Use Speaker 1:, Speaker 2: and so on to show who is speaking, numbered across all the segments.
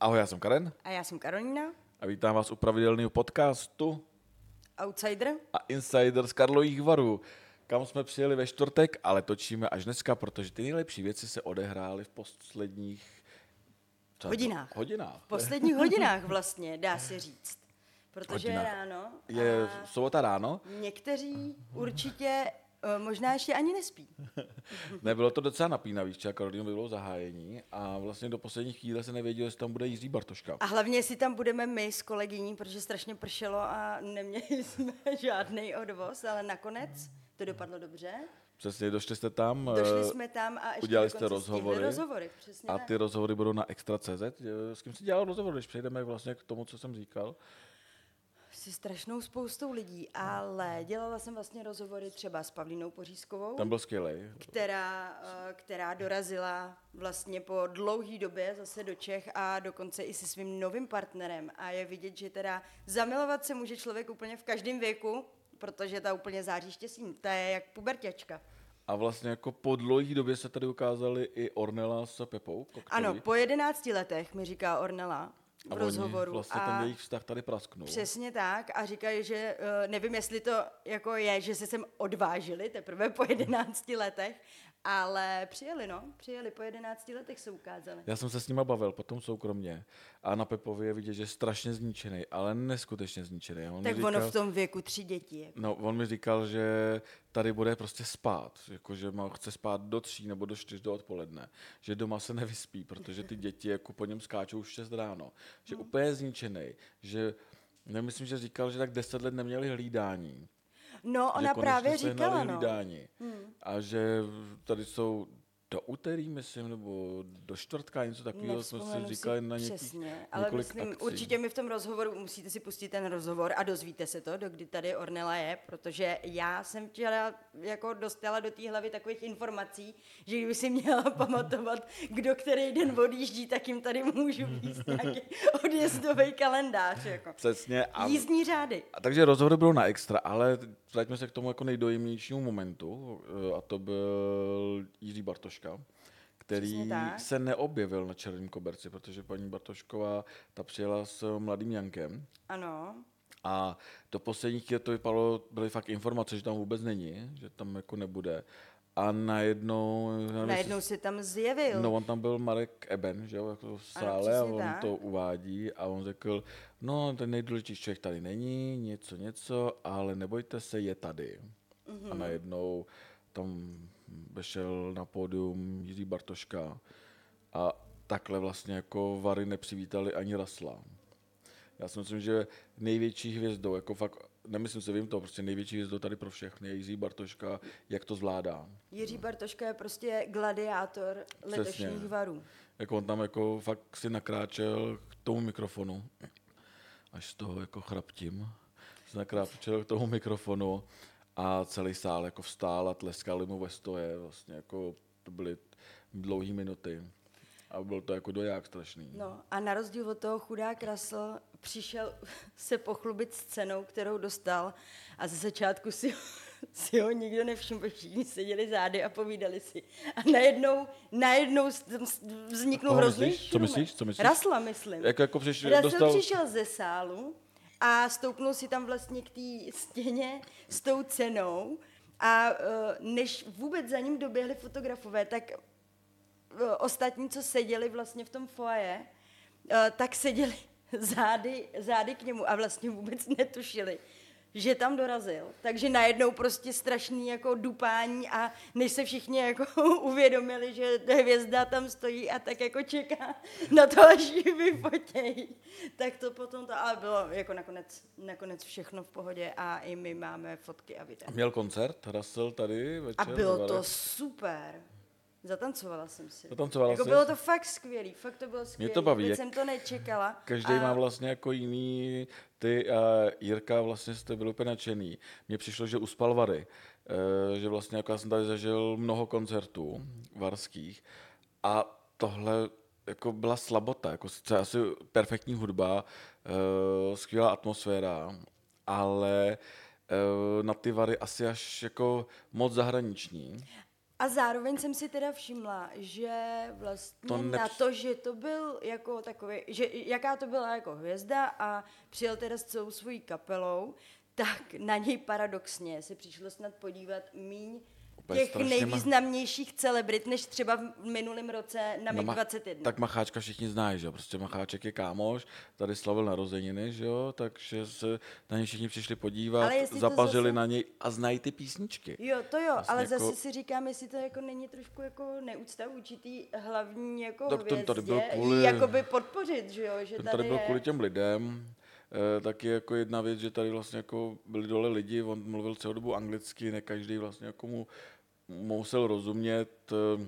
Speaker 1: Ahoj, já jsem Karen
Speaker 2: A já jsem Karolina,
Speaker 1: a vítám vás u pravidelného podcastu
Speaker 2: outsider.
Speaker 1: a Insider z Karlových varů, kam jsme přijeli ve čtvrtek, ale točíme až dneska, protože ty nejlepší věci se odehrály v posledních třeba
Speaker 2: Hodinách.
Speaker 1: hodinách.
Speaker 2: V posledních hodinách vlastně, dá se říct. Protože je
Speaker 1: Hodinách.
Speaker 2: ráno a
Speaker 1: Je sobota ráno,
Speaker 2: někteří určitě eh, možná ještě ani nespí.
Speaker 1: nebylo to docela napínavý, včera Karolínu bylo zahájení a vlastně do poslední chvíle se nevědělo, jestli tam bude Jiří Bartoška.
Speaker 2: A hlavně si tam budeme my s kolegyní, protože strašně pršelo a neměli jsme žádný odvoz, ale nakonec to dopadlo dobře.
Speaker 1: Přesně, došli jste tam.
Speaker 2: Došli
Speaker 1: eh,
Speaker 2: jsme tam a ještě
Speaker 1: udělali jste
Speaker 2: dokonce stihnuli
Speaker 1: rozhovory.
Speaker 2: rozhovory přesně
Speaker 1: A
Speaker 2: tak.
Speaker 1: ty rozhovory budou na Extra.cz. Eh, S kým jsi dělal rozhovor, když přejdeme vlastně k tomu, co jsem říkal?
Speaker 2: Si strašnou spoustou lidí, ale dělala jsem vlastně rozhovory třeba s Pavlínou Pořízkovou.
Speaker 1: Tam byl skvělý.
Speaker 2: která, eh, která dorazila vlastně po dlouhý době zase do Čech a dokonce i se svým novým partnerem. A je vidět, že teda zamilovat se může člověk úplně v každém věku, protože ta úplně září štěstím. Ta je jak pubertěčka.
Speaker 1: A vlastně jako po dlouhé době se tady ukázali i Ornella s Pepou. Koktový.
Speaker 2: Ano, po 11 letech mi říká Ornela v
Speaker 1: a oni
Speaker 2: rozhovoru.
Speaker 1: vlastně ten jejich vztah tady prasknul.
Speaker 2: Přesně tak a říkají, že eh, nevím, jestli to jako je, že se sem odvážili teprve po 11 letech, ale přijeli, no, přijeli, po 11 letech se ukázali.
Speaker 1: Já jsem se s nima bavil potom soukromně a na Pepovi je vidět, že je strašně zničený, ale neskutečně zničený. On mi
Speaker 2: Tak
Speaker 1: říkal,
Speaker 2: ono v tom věku tři děti. Jako.
Speaker 1: No, on mi říkal, že tady bude prostě spát, jako, že má, chce spát do tří nebo do čtyř do odpoledne, že doma se nevyspí, protože ty děti jako po něm skáčou už 6 ráno, že
Speaker 2: Hmm.
Speaker 1: úplně zničený, že nemyslím, že říkal, že tak 10 let neměli hlídání.
Speaker 2: No,
Speaker 1: že
Speaker 2: ona
Speaker 1: konečně
Speaker 2: právě
Speaker 1: sehnali
Speaker 2: říkala, no.
Speaker 1: hlídání. A že tady jsou do úterý, myslím, nebo do čtvrtka, něco takového jsme si
Speaker 2: Nevzpomenu
Speaker 1: říkali na nějakých,
Speaker 2: přesně, ale
Speaker 1: několik
Speaker 2: myslím,
Speaker 1: akcí.
Speaker 2: určitě mi v tom rozhovoru musíte si pustit ten rozhovor a dozvíte se to, dokdy tady Ornela je, protože já jsem včera jako dostala do té hlavy takových informací, že kdyby si měla pamatovat, kdo který den odjíždí, tak jim tady můžu být nějaký odjezdový kalendář. Jako.
Speaker 1: Přesně. A
Speaker 2: Jízdní řády.
Speaker 1: A takže rozhovory bylo na extra, ale vraťme se k tomu jako nejdojemnějšímu momentu eh, a to byl Jiří Bartoška, který
Speaker 2: Přesně tak.
Speaker 1: se neobjevil na černém koberci, protože paní Bartošková ta přijela s mladým Jankem
Speaker 2: Ano.
Speaker 1: a do posledních chvíle to vypadalo, byly fakt informace, že tam vůbec není, že tam jako nebude. A najednou, nevím,
Speaker 2: Najednou se tam zjevil.
Speaker 1: No, on tam byl Marek Eben, že jo, jako v sále a
Speaker 2: přesně
Speaker 1: on
Speaker 2: tak.
Speaker 1: to uvádí a on řekl, no, ten nejdůležitější člověk tady není, něco, něco, ale nebojte se, je tady. Mm-hmm. A
Speaker 2: Mhm.
Speaker 1: najednou tam vešel na pódium Jiří Bartoška a takhle vlastně jako Vary nepřivítali ani Rasla. Já si myslím, že největší hvězdou, jako fakt, nemyslím si, vím to, prostě největší hvězdou tady pro všechny je Jiří Bartoška, jak to zvládá.
Speaker 2: Jiří Bartoška je prostě gladiátor letošních
Speaker 1: Přesně.
Speaker 2: varů.
Speaker 1: Jako on tam jako fakt si nakráčel k tomu mikrofonu, až z toho jako chraptím, si nakráčel k tomu mikrofonu a celý sál jako vstál a tleskali mu ve stoje, vlastně jako to byly dlouhé minuty a byl to jako doják strašný.
Speaker 2: No a na rozdíl od toho chudák Russell přišel se pochlubit s cenou, kterou dostal a ze začátku si ho, si ho nikdo nevšiml, protože všichni seděli zády a povídali si. A najednou, najednou s- s- vzniknul
Speaker 1: Koho
Speaker 2: hrozný
Speaker 1: myslíš? Co myslíš? Co myslíš?
Speaker 2: Rasla, myslím.
Speaker 1: Jako, jako přišel,
Speaker 2: Russell
Speaker 1: dostal,
Speaker 2: přišel ze sálu a stoupnul si tam vlastně k té stěně s tou cenou a eh, než vůbec za ním doběhli fotografové, tak eh, ostatní, co seděli vlastně v tom foaje, eh, tak seděli zády, zády k němu a vlastně vůbec netušili, že tam dorazil. Takže najednou prostě strašný jako dupání a než se všichni jako uvědomili, že ta hvězda tam stojí a tak jako čeká na to, až ji vyfotějí, tak to potom to, ale bylo jako nakonec, nakonec všechno v pohodě a i my máme fotky a videa.
Speaker 1: měl koncert, Russell tady
Speaker 2: A
Speaker 1: večer.
Speaker 2: bylo to
Speaker 1: Varech.
Speaker 2: super. Zatancovala jsem si.
Speaker 1: Zatancovala
Speaker 2: jako
Speaker 1: jsi?
Speaker 2: bylo to fakt skvělý, fakt to bylo skvělý.
Speaker 1: to baví, jak
Speaker 2: Vůbec jsem to nečekala.
Speaker 1: Každý
Speaker 2: a
Speaker 1: má vlastně jako jiný, ty a Jirka vlastně jste byli úplně nadšený. Mně přišlo, že uspal Vary, eh, že vlastně jako já jsem tady zažil mnoho koncertů varských a tohle jako byla slabota, jako sice asi perfektní hudba, eh, skvělá atmosféra, ale eh, na ty Vary asi až jako moc zahraniční.
Speaker 2: A zároveň jsem si teda všimla, že vlastně
Speaker 1: To
Speaker 2: to
Speaker 1: nepři-
Speaker 2: na to, že to byl jako takový, že jaká to byla jako hvězda a přijel teda s celou svojí kapelou, tak na něj paradoxně se přišlo snad podívat míň
Speaker 1: Úplně
Speaker 2: těch
Speaker 1: strašně ma-
Speaker 2: nejvýznamnějších celebrit, než třeba v minulém roce na
Speaker 1: No,
Speaker 2: MIG
Speaker 1: Ma-
Speaker 2: 21.
Speaker 1: Tak Macháčka všichni znají, že jo? Prostě Macháček je kámoš, tady slavil narozeniny, že jo? Takže se na něj všichni přišli podívat,
Speaker 2: Ale jestli to
Speaker 1: zapařili
Speaker 2: zase-
Speaker 1: na něj a znají ty písničky.
Speaker 2: Jo, to jo,
Speaker 1: Vlastně
Speaker 2: ale
Speaker 1: jako-
Speaker 2: zase si říkám, jestli to jako není trošku jako neúcta vůči té hlavní jako
Speaker 1: Tak to-
Speaker 2: hvězdě,
Speaker 1: tady byl
Speaker 2: jí
Speaker 1: kvůli-
Speaker 2: jakoby podpořit, že jo, že
Speaker 1: Ten tady byl
Speaker 2: je...
Speaker 1: kvůli těm lidem, eh, taky jako jedna věc, že tady vlastně jako byli dole lidi, on mluvil celou dobu anglicky, ne každý vlastně jako mu musel rozumět, eh,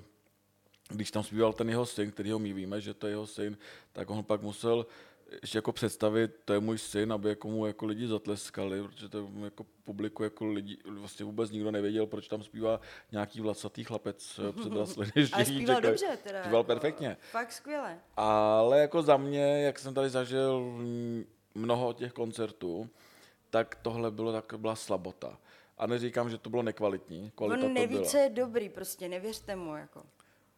Speaker 1: když tam zpíval ten jeho syn, kterýho my víme, že to je jeho syn, tak on pak musel ještě jako představit, to je můj syn, aby jako mu jako lidi zatleskali, protože to jako publiku jako lidi, vlastně vůbec nikdo nevěděl, proč tam zpívá nějaký vlasatý chlapec eh, před
Speaker 2: Ale zpíval dobře teda.
Speaker 1: Zpíval
Speaker 2: jako,
Speaker 1: perfektně.
Speaker 2: Fakt skvěle.
Speaker 1: Ale jako za mě, jak jsem tady zažil mm, mnoho těch koncertů, tak tohle bylo tak, byla slabota. A neříkám, že to bylo nekvalitní, kvalita
Speaker 2: On
Speaker 1: to
Speaker 2: neví,
Speaker 1: byla.
Speaker 2: co je dobrý, prostě nevěřte mu, jako.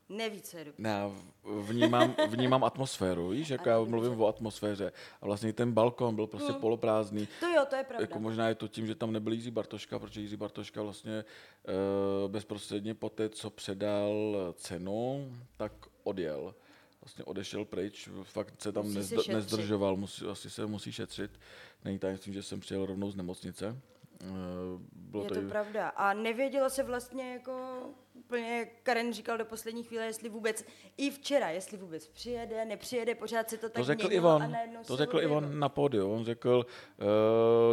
Speaker 2: Neví, co je dobrý.
Speaker 1: Ne, já v- vnímám, vnímám atmosféru, víš, jako já mluvím o atmosféře. A vlastně i ten balkon byl prostě
Speaker 2: Hmm.
Speaker 1: poloprázdný.
Speaker 2: To jo, to je pravda.
Speaker 1: Jako možná je to tím, že tam nebyl Jiří Bartoška, protože Jiří Bartoška vlastně uh, bezprostředně po té, co předal cenu, tak odjel. Vlastně odešel pryč, fakt se tam
Speaker 2: Musí se
Speaker 1: nezd-
Speaker 2: šetřit.
Speaker 1: nezdržoval, musí, asi se musí šetřit. Není tajemstvím, že jsem přijel rovnou z nemocnice. Eh, Bylo
Speaker 2: je to
Speaker 1: i-
Speaker 2: pravda. A nevědělo se vlastně jako úplně, jak Karen říkal do poslední chvíle, jestli vůbec, i včera, jestli vůbec přijede, nepřijede, pořád se to tak
Speaker 1: To řekl
Speaker 2: měnilo a
Speaker 1: Ivan,
Speaker 2: najednou
Speaker 1: to
Speaker 2: se
Speaker 1: řekl
Speaker 2: objevil.
Speaker 1: Ivan na pódiu. On řekl, uh,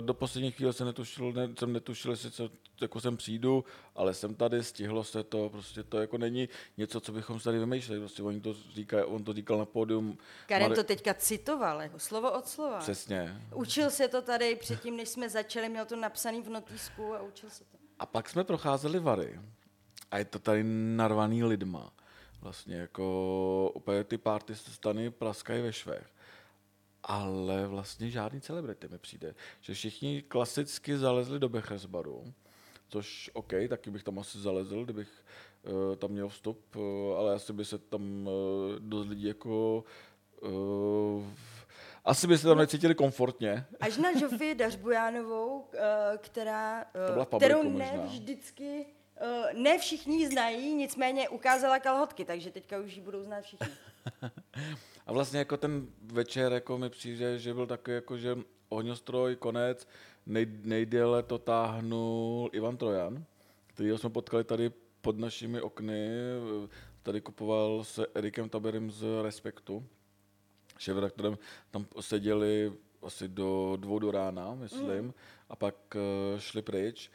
Speaker 1: do poslední chvíle jsem netušil, ne, jsem netušil, jestli se, jako sem přijdu, ale jsem tady, stihlo se to, prostě to jako není něco, co bychom si tady vymýšleli. Prostě oni to říkají, on to říkal na pódium.
Speaker 2: Karen
Speaker 1: Mare-
Speaker 2: to teďka citoval, jako slovo od slova.
Speaker 1: Přesně.
Speaker 2: Učil se to tady předtím, než jsme začali, měl to napsaný v notýsku a učil se to.
Speaker 1: A pak jsme procházeli Vary a je to tady narvaný lidma. Vlastně jako úplně ty party se stany praskají ve švech. Ale vlastně žádný celebrity mi přijde. Že všichni klasicky zalezli do Bechesbaru, což OK, taky bych tam asi zalezl, kdybych uh, tam měl vstup, uh, ale asi by se tam uh, dost lidí jako... Uh, asi by se tam necítili komfortně.
Speaker 2: Až na Žofii Dařbujánovou, k- eh, která, eh,
Speaker 1: To byla v publiku
Speaker 2: kterou ne
Speaker 1: možná.
Speaker 2: vždycky, eh, ne všichni ji znají, nicméně ukázala kalhotky, takže teďka už ji budou znát všichni.
Speaker 1: A vlastně jako ten večer jako mi přijde, že byl takový jako, že ohňostroj, konec, nej, nejdéle to táhnul Ivan Trojan, kterýho jsme potkali tady pod našimi okny, tady kupoval se Erikem Taberem z Respektu, šéfredaktorem, tam seděli asi do dvou do rána, myslím, mm. a pak eh, šli pryč.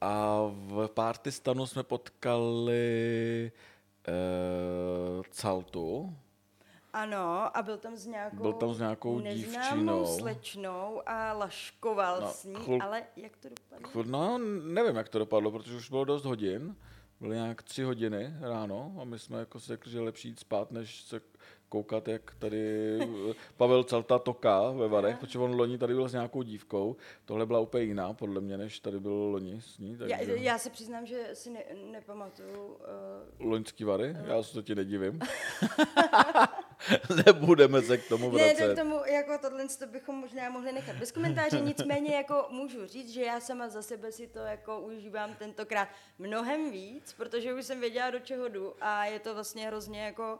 Speaker 1: A v party stanu jsme potkali uh, Caltu,
Speaker 2: Ano, a byl tam s nějakou,
Speaker 1: Byl tam s nějakou
Speaker 2: neznámou
Speaker 1: dívčinou.
Speaker 2: slečnou a laškoval
Speaker 1: No,
Speaker 2: s ní,
Speaker 1: chlub-
Speaker 2: ale jak to dopadlo?
Speaker 1: Chod- No, nevím, jak to dopadlo, protože už bylo dost hodin. Byly nějak tři hodiny ráno a my jsme jako si řekli, že je lepší jít spát, než se koukat, jak tady eh, Pavel Celta toká ve Varech, protože on loni tady byl s nějakou dívkou. Tohle byla úplně jiná, podle mě, než tady byl loni s ní. Takže...
Speaker 2: Já, já se přiznám, že si ne, nepamatuju. eh,
Speaker 1: Loňský Vary, já se to ti nedivím. Nebudeme se k tomu
Speaker 2: Ne,
Speaker 1: vracet.
Speaker 2: tak tomu, jako tohle to bychom možná mohli nechat bez komentáře, nicméně jako můžu říct, že já sama za sebe si to jako užívám tentokrát mnohem víc, protože už jsem věděla, do čeho jdu a je to vlastně hrozně jako,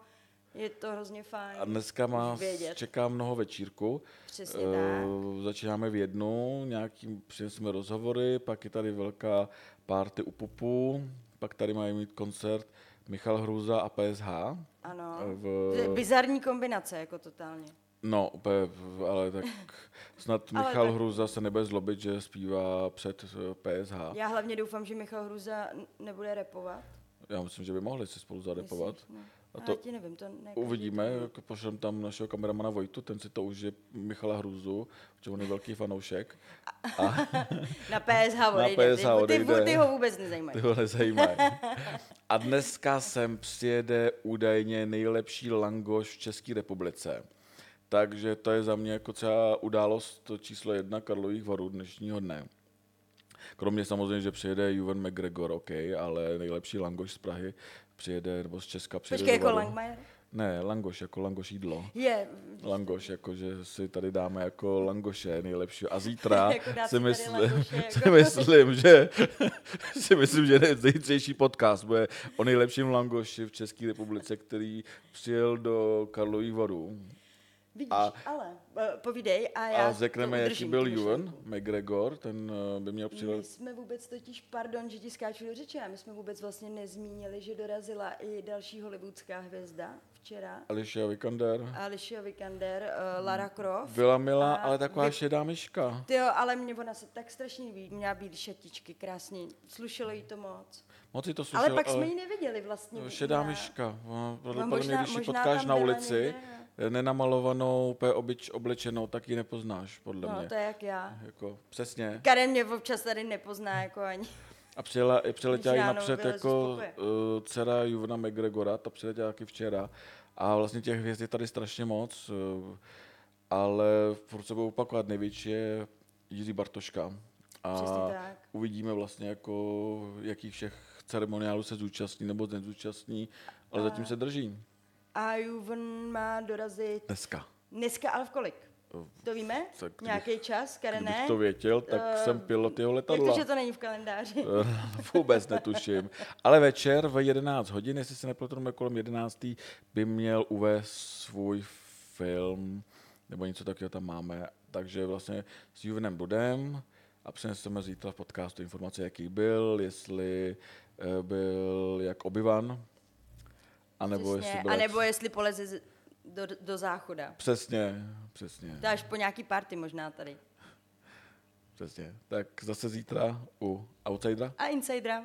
Speaker 2: je to hrozně fajn.
Speaker 1: A dneska
Speaker 2: už
Speaker 1: má,
Speaker 2: vědět.
Speaker 1: čeká mnoho večírku.
Speaker 2: Přesně
Speaker 1: Eh,
Speaker 2: tak.
Speaker 1: Začínáme v jednu, nějaký přineseme rozhovory, pak je tady velká party u Pupu, pak tady mají mít koncert Michal Hruza a PSH.
Speaker 2: Ano,
Speaker 1: Eh, v-
Speaker 2: To je bizarní kombinace, jako totálně.
Speaker 1: No, úplně, v- ale tak snad
Speaker 2: Ale
Speaker 1: Michal
Speaker 2: tak-
Speaker 1: Hruza se nebude zlobit, že zpívá před eh, PSH.
Speaker 2: Já hlavně doufám, že Michal Hruza n- nebude repovat.
Speaker 1: Já myslím, že by mohli si spolu zadepovat.
Speaker 2: Myslíš?
Speaker 1: A
Speaker 2: No.
Speaker 1: to-
Speaker 2: já ti nevím, to ne.
Speaker 1: Uvidíme, jako pošlem tam našeho kameramana Vojtu, ten si to užije Michala Hruzu, protože on je velký fanoušek.
Speaker 2: Na PSH odejde.
Speaker 1: PSH
Speaker 2: ty, ty,
Speaker 1: odejde.
Speaker 2: ty, ho vůbec nezajímají.
Speaker 1: Ty ho nezajímají. A dneska sem přijede údajně nejlepší langoš v České republice. Takže to je za mě jako třeba událost číslo jedna Karlových varů dnešního dne. Kromě samozřejmě, že přijede Juven McGregor, OK, ale nejlepší langoš z Prahy přijede, nebo z Česka přijede.
Speaker 2: Počkej,
Speaker 1: do
Speaker 2: jako
Speaker 1: Varu.
Speaker 2: Langmajer?
Speaker 1: Ne, langoš, jako langoš jídlo.
Speaker 2: Je,
Speaker 1: Langoš, jakože si tady dáme jako langoše nejlepší. A zítra
Speaker 2: Jako
Speaker 1: si
Speaker 2: dát si tady
Speaker 1: myslím,
Speaker 2: langoše, jako.
Speaker 1: si myslím, že si myslím, že ne- zítřejší podcast bude o nejlepším langoši v České republice, který přijel do Karlových varů.
Speaker 2: vidíš,
Speaker 1: A-
Speaker 2: a, ale eh, povídej a já
Speaker 1: A
Speaker 2: to
Speaker 1: řekneme, jaký
Speaker 2: udržím,
Speaker 1: byl
Speaker 2: tu
Speaker 1: Juven
Speaker 2: myšlenku.
Speaker 1: McGregor, ten eh, by měl
Speaker 2: My
Speaker 1: přijet.
Speaker 2: jsme vůbec totiž, pardon, že ti skáču do řeči, ale my jsme vůbec vlastně nezmínili, že dorazila i další hollywoodská hvězda včera.
Speaker 1: Alicia Vikander.
Speaker 2: Alicia Vikander, eh, Lara Croft.
Speaker 1: Byla milá,
Speaker 2: A
Speaker 1: ale taková
Speaker 2: vy-
Speaker 1: šedá myška.
Speaker 2: Ty jo, ale mě ona se tak strašně líbí, měla být šatičky, krásně, slušelo jí to moc.
Speaker 1: Moc si to
Speaker 2: Slušel, ale
Speaker 1: slyšel,
Speaker 2: pak ale... jsme ji neviděli vlastně.
Speaker 1: Šedá
Speaker 2: na-
Speaker 1: myška. Ona- Podle
Speaker 2: No,
Speaker 1: podle mě,
Speaker 2: možná-
Speaker 1: když ji
Speaker 2: možná
Speaker 1: potkáš
Speaker 2: tam
Speaker 1: na
Speaker 2: byla
Speaker 1: ulici, eh,
Speaker 2: někde,
Speaker 1: nenamalovanou, úplně obyč, oblečenou, tak ji nepoznáš, podle
Speaker 2: No,
Speaker 1: mě.
Speaker 2: to je jak já.
Speaker 1: Jako, přesně.
Speaker 2: Karen mě občas tady nepozná jako ani.
Speaker 1: A přijela, i přiletěla jí
Speaker 2: Když ráno
Speaker 1: napřed
Speaker 2: vylezu
Speaker 1: jako
Speaker 2: z pokoje.
Speaker 1: uh, dcera Juvna McGregora, ta přiletěla taky včera. A vlastně těch hvězd je tady strašně moc, uh, ale furt se budou opakovat. Největší je Jiří Bartoška.
Speaker 2: Přesně
Speaker 1: A
Speaker 2: tak.
Speaker 1: uvidíme vlastně, jako, jakých všech ceremoniálů se zúčastní nebo nezúčastní, ale zatím se drží.
Speaker 2: A Juven má dorazit
Speaker 1: Dneska.
Speaker 2: dneska, ale v kolik? To víme?
Speaker 1: No, Tak kdybych-
Speaker 2: Nějaký čas, Karené?
Speaker 1: Kdybych to věděl, tak
Speaker 2: Eh,
Speaker 1: jsem pilot jeho letadla.
Speaker 2: Jak to, že to není v kalendáři?
Speaker 1: Eh, Vůbec netuším. Ale večer v 11 hodin, jestli se nepletu, kolem 11. by měl uvést svůj film, nebo něco takového tam máme. Takže vlastně s Juvenem budem a přineseme zítra v podcastu informace, jaký byl, jestli eh, byl jak obyvan, anebo
Speaker 2: Přesně.
Speaker 1: jestli byl
Speaker 2: A
Speaker 1: jak-
Speaker 2: nebo jestli poleze z- do, do záchoda.
Speaker 1: Přesně, přesně,
Speaker 2: To až po nějaký party možná tady.
Speaker 1: přesně. Tak zase zítra u Outsidera.
Speaker 2: A insidera.